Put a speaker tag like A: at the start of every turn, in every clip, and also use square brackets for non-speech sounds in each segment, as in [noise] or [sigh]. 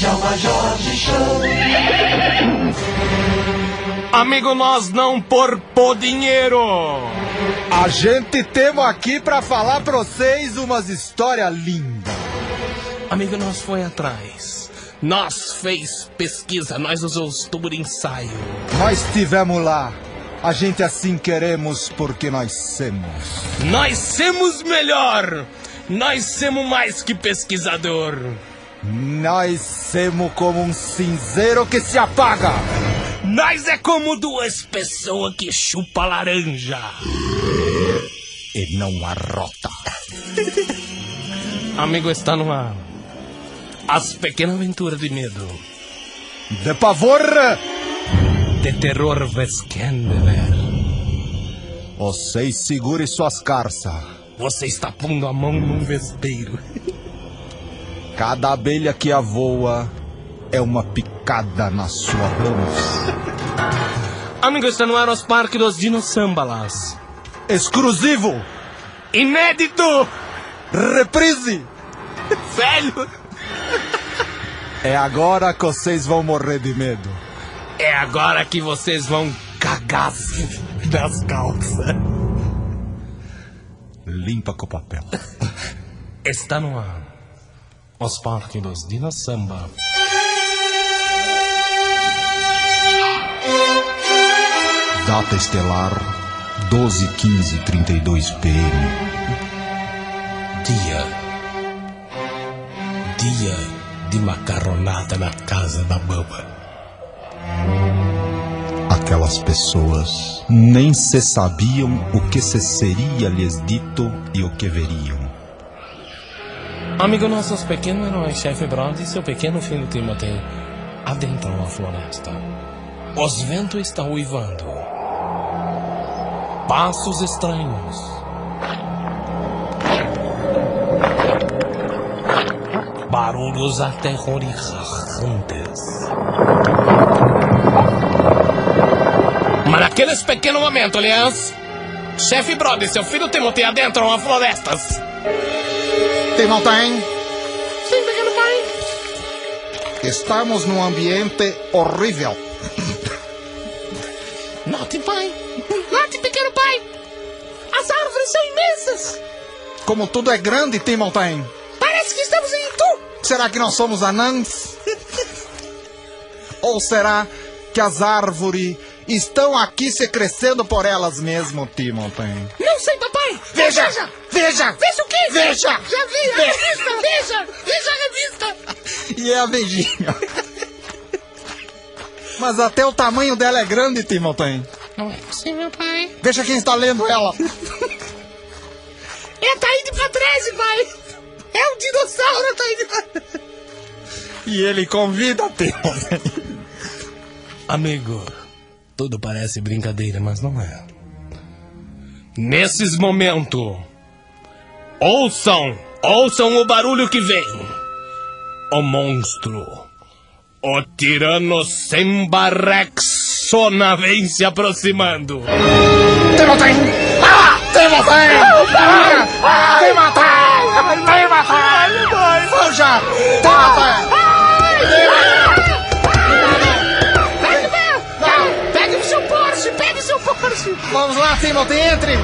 A: Jorge Show.
B: Amigo, nós não por pô dinheiro.
C: A gente temos aqui pra falar pra vocês umas histórias lindas.
B: Amigo, nós foi atrás. Nós fez pesquisa, nós usou tudo ensaio.
C: Nós estivemos lá. A gente assim queremos porque nós somos.
B: Nós somos melhor. Nós somos mais que pesquisador.
C: Nós somos como um cinzeiro que se apaga.
B: Nós é como duas pessoas que chupa laranja.
C: E não arrota.
B: Amigo, está no ar. As pequenas aventuras de medo.
C: De pavor,
B: De terror vesquendeler.
C: vocês segurem suas carças.
B: Você está pondo a mão num vespeiro.
C: Cada abelha que a voa é uma picada na sua bolsa.
B: [laughs] Amigo, está no ar os parques dos dinossâmbalas.
C: Exclusivo!
B: Inédito!
C: Reprise!
B: Velho!
C: É agora que vocês vão morrer de medo.
B: É agora que vocês vão cagar [laughs] das calças.
C: Limpa com papel.
B: Está no ar. Os parques dos dinossamba.
C: Data estelar 121532 PM.
B: Dia. Dia de macarronada na casa da baba.
C: Aquelas pessoas nem se sabiam o que se seria lhes dito e o que veriam.
B: Amigo nossos pequeno herói, é chefe Brown e seu pequeno filho Timothy adentram a floresta. Os ventos estão uivando. Passos estranhos. Barulhos aterrorizantes. Mas naqueles pequeno momento, aliás, chefe Brown e seu filho Timothy adentram a florestas.
C: Tem montanha? Sim, pequeno pai. Estamos num ambiente horrível.
B: Note, pai! Note, pequeno pai! As árvores são imensas!
C: Como tudo é grande, tem montanha.
B: Parece que estamos em Itu!
C: Será que nós somos anãs? [laughs] Ou será que as árvores estão aqui se crescendo por elas mesmo, Timothy?
B: Não sei, papai!
C: Veja! Veja!
B: Veja o quê?
C: Veja!
B: Já vi a revista! é. Veja! Veja a revista!
C: E é a beijinha. Mas até o tamanho dela é grande, Timothy.
B: Não é possível, pai.
C: Veja quem está lendo ela.
B: É
A: Tá
B: a Taíde Patrese, pai! É o dinossauro, a Taíde Patrese!
C: E ele convida, Timothy.
B: Amigo, tudo parece brincadeira, mas não é. Nesses momentos, ouçam, ouçam o barulho que vem. O monstro, o tirano Sembarexona vem se aproximando.
C: Timothy! Ah! Timothy! Ah! Timothy! Timothy! Fuja! Timothy!
B: Pegue o seu Porsche, pegue o seu Porsche.
C: Vamos lá, Timothy, entre!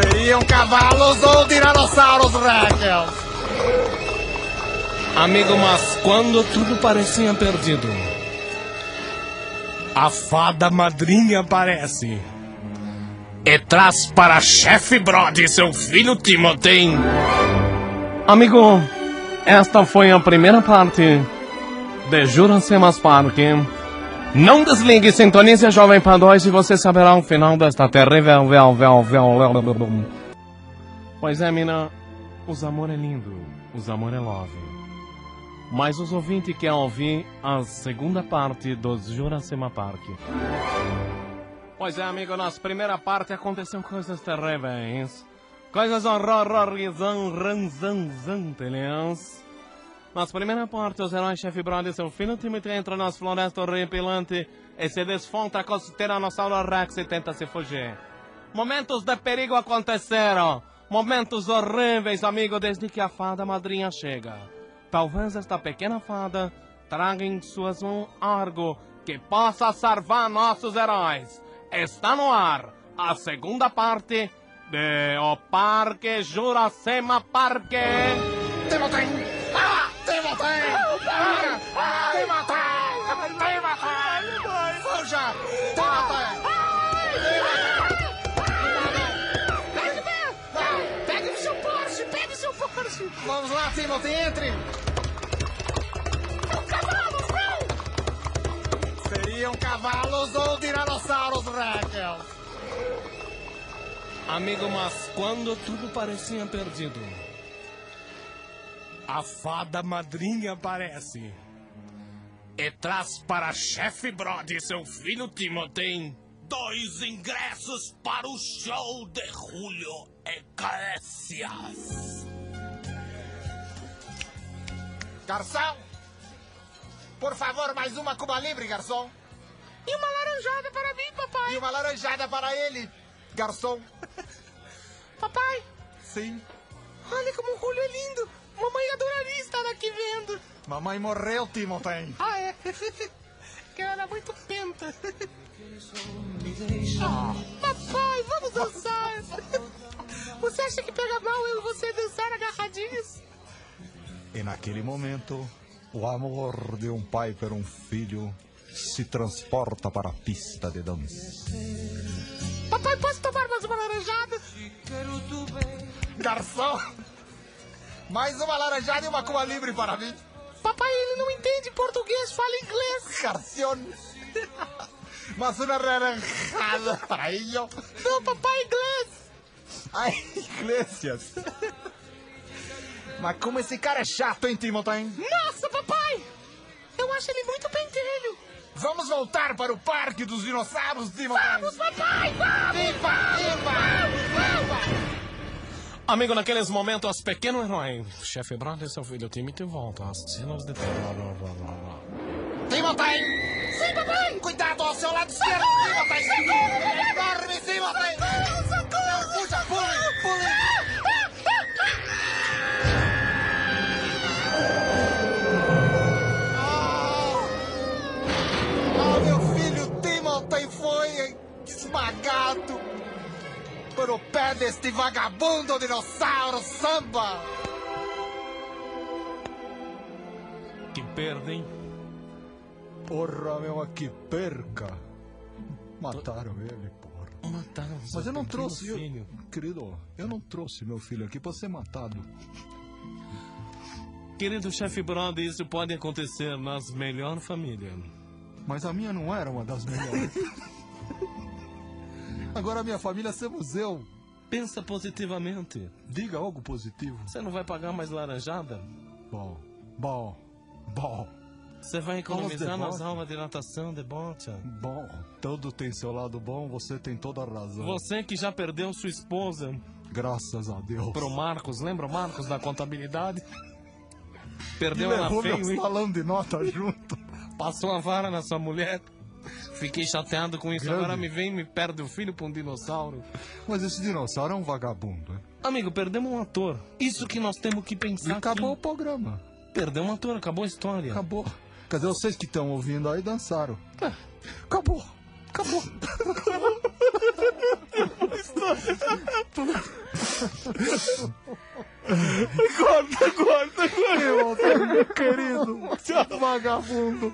C: Seriam cavalos ou tiranossauros, Raquel?
B: Amigo, mas quando tudo parecia perdido, a fada madrinha aparece e traz para chefe Brody seu filho Timothy. Amigo, esta foi a primeira parte de Jura-se Mas Parque. Não desligue, sintonize a Jovem Pan 2 e você saberá o final desta terrível... vel- vel- vel- vel- vel- vel- Pois é, mina, os amor é lindo, os amor é love. Mas os ouvintes querem ouvir a segunda parte do Juracema Park. Pois é, amigo, nossa primeira parte aconteceu coisas terríveis. Coisas horrorizantes. Nossa primeira parte, os heróis chefe brother, seu filho Timothy entra nas florestas horripilantes e se desfonta com o tiranossauro Rex e tenta se fugir. Momentos de perigo aconteceram. Momentos horríveis, amigo, desde que a fada madrinha chega. Talvez esta pequena fada traga em suas mãos algo que possa salvar nossos heróis. Está no ar a segunda parte de O Parque Juracema Parque.
C: Te matei! Ah, te matei! Ah, ah, te matei! Te matei! Fuja! Te matei!
A: Pega o seu Porsche, pega o seu Porsche!
C: Vamos lá, Timothy, entre!
A: O cavalo, não!
C: Seriam cavalos ou tiranossauros, Rex?
B: Amigo, mas quando tudo parecia perdido, a fada madrinha aparece e traz para chefe Brody seu filho Timotei dois ingressos para o show de Julio Iglesias.
C: Garçom! Por favor, mais uma Cuba Livre, garçom!
A: E uma laranjada para mim, papai!
C: E uma laranjada para ele, garçom!
A: Papai,
C: Sim,
A: olha como o Julio é lindo! Mamãe adoraria estar aqui vendo!
C: mamãe morreu, Timothy!
A: Ah, é? [laughs] que ela era muito penta! Oh, papai, vamos dançar! [laughs] Você acha que pega mal eu e você dançar agarradinhos?
C: E naquele momento, o amor de um pai por um filho se transporta para a pista de dança.
A: Papai, posso tomar mais uma laranjada?
C: Garçom! Mais uma laranjada e uma Cuba Livre para mim!
A: Papai, ele não entende português, fala inglês!
C: Garçom! Mas uma laranjada para ele!
A: Não, papai, inglês!
C: Ai, Iglesias! Mas como esse cara é chato, hein, Timothy?
A: Nossa, papai! Eu acho ele muito pentelho!
C: Vamos voltar para o Parque dos Dinossauros, Timothy!
A: Vamos, papai, vamos!
C: Viva, viva!
B: Amigo, naqueles momentos, os pequenos heróis, chefe Brody seu filho Timotei volta às cenas de...
C: Timothy!
A: Sim, papai!
C: Cuidado ao seu lado esquerdo,
A: Papai,
C: Timothy!
A: socorro!
C: Dorme, Timothy!
A: Socorro!
C: Puxa, pule, pule! Ah, meu filho Timothy foi esmagado por o pé deste vagabundo dinossauro samba!
B: Que perdem.
C: Porra, meu, que perca! Mataram ele, porra.
B: Mataram
C: Mas eu não trouxe, eu,
B: um filho.
C: querido, eu não trouxe meu filho aqui pra ser matado.
B: Querido chefe Brody, isso pode acontecer nas melhores famílias.
C: Mas a minha não era uma das
B: [laughs]
C: melhores. Agora a minha família somos eu.
B: Pensa positivamente.
C: Diga algo positivo.
B: Você não vai pagar mais laranjada?
C: Bom, bom, bom,
B: Você vai
C: Aulas
B: economizar
C: de
B: nas
C: bocha.
B: aulas de natação, de bocha.
C: bom. Todo tem seu lado bom, você tem toda a razão.
B: Você que já perdeu sua esposa
C: Graças a Deus.
B: pro Marcos, lembra o Marcos da contabilidade?
C: E
B: Perdeu ela
C: levou
B: feio,
C: meu
B: hein?
C: salão de nota junto.
B: passou uma vara na sua mulher. Fiquei chateado com isso,
C: Grande.
B: agora me vem e me perde o filho pra um dinossauro.
C: Mas esse dinossauro é um vagabundo. hein?
B: Amigo, perdemos um ator. Isso que nós temos que
C: E
B: pensar.
C: acabou o programa.
B: Tá aqui. Perdeu um ator, acabou a história.
C: Acabou. Cadê vocês que estão ouvindo aí dançaram? Acabou. Acabou.
B: Corta, corta,
C: Eu, meu querido. Vagabundo.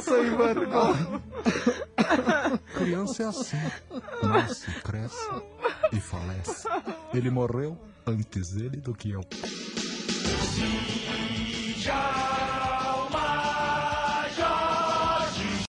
C: Sem vergonha. Criança é assim. Nasce, cresce e falece. Ele morreu antes dele do que eu.
D: Já